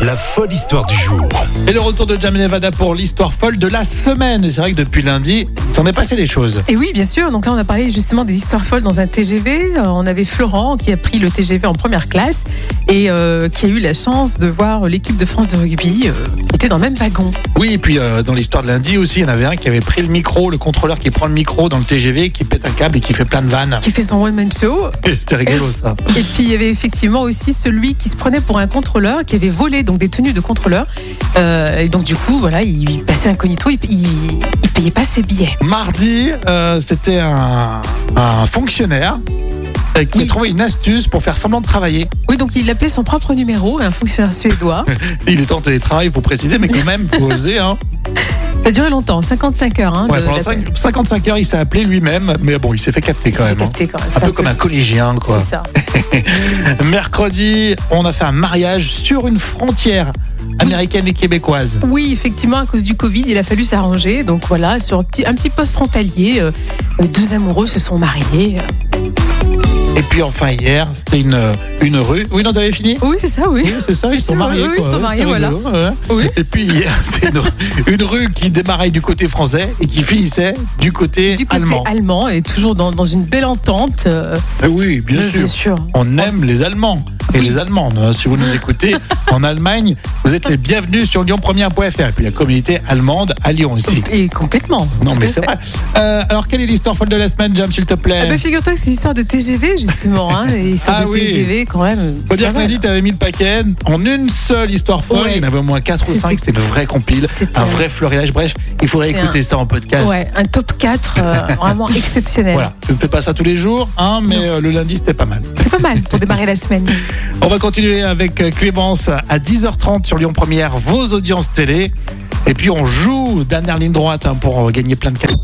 La folle histoire du jour. Et le retour de Jam et Nevada pour l'histoire folle de la semaine. Et C'est vrai que depuis lundi, s'en est passé des choses. Et oui, bien sûr. Donc là, on a parlé justement des histoires folles dans un TGV. Euh, on avait Florent qui a pris le TGV en première classe et euh, qui a eu la chance de voir l'équipe de France de rugby euh, qui était dans le même wagon. Oui, et puis euh, dans l'histoire de lundi aussi, il y en avait un qui avait pris le micro, le contrôleur qui prend le micro dans le TGV, qui pète un câble et qui fait plein de vannes. Qui fait son one-man show. Et C'était rigolo ça. Et puis, il y avait effectivement aussi celui qui se prenait pour un contrôleur, qui avait volé donc des tenues de contrôleur. Euh, et donc, du coup, voilà, il passait incognito, il, il, il payait pas ses billets. Mardi, euh, c'était un, un fonctionnaire euh, qui a Il- trouvé une astuce pour faire semblant de travailler. Oui, donc il appelait son propre numéro, un fonctionnaire suédois. Il est en télétravail, faut préciser, mais quand même, faut oser. Hein. Ça a duré longtemps, 55 heures. Hein, Ouais, de- pendant d'appel. cinq- 55 heures, il s'est appelé lui-même, mais bon, il s'est fait capter Il s'est quand fait même. hein. capter quand même. Un c'est peu comme un collégien, quoi. C'est ça. Mercredi, on a fait un mariage sur une frontière américaine et québécoise. Oui, effectivement, à cause du Covid, il a fallu s'arranger. Donc voilà, sur un petit, un petit poste frontalier, euh, les deux amoureux se sont mariés. Et puis enfin hier, c'était une, une rue. Oui, non, t'avais fini Oui, c'est ça, oui. Oui, c'est ça, ils se sont Oui, mariés. oui, quoi. ils se sont Ouais, mariés, c'était voilà. rigolo, ouais. Oui. Et puis hier, c'était une, une rue qui démarrait du côté français et qui finissait du côté, Du côté allemand. allemand, et toujours dans, dans une belle entente. euh, Eh oui, bien euh, sûr. On aime les Allemands. Et Oui. les Allemandes, hein, si vous nous écoutez en Allemagne, vous êtes les bienvenus sur lyonpremière.fr. Et puis la communauté allemande à Lyon aussi. Et complètement. Non, tout mais à c'est fait. vrai. Euh, alors, quelle est l'histoire folle de la semaine, Jam, s'il te plaît Ah bah, figure-toi que c'est histoire de TGV justement, hein, et histoire Ah de oui. TGV quand même. Faut dire c'est que pas Nadine, t'avais mis le paquet en une seule histoire folle. Ouais. Il y en avait au moins 4 ou C'était- 5. C'était le vrai compile, C'était- un vrai florilège. Bref, il faudrait C'est écouter ça en podcast. mal. Ouais, un top 4 euh, vraiment exceptionnel. Voilà, je ne fais pas ça tous les jours, hein, mais euh, le lundi c'était pas mal. C'est pas mal pour démarrer la semaine. On va continuer avec euh, Clémence à 10h30 sur Lyon Première, vos audiences télé. Et puis on joue dernière ligne droite hein, pour euh, gagner plein de cadeaux.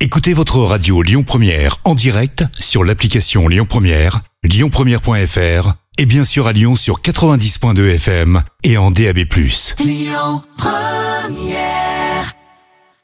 Écoutez votre radio Lyon Première en direct sur l'application Lyon Première, lyonpremière.fr et bien sûr à Lyon sur 90.2 FM et en DAB+.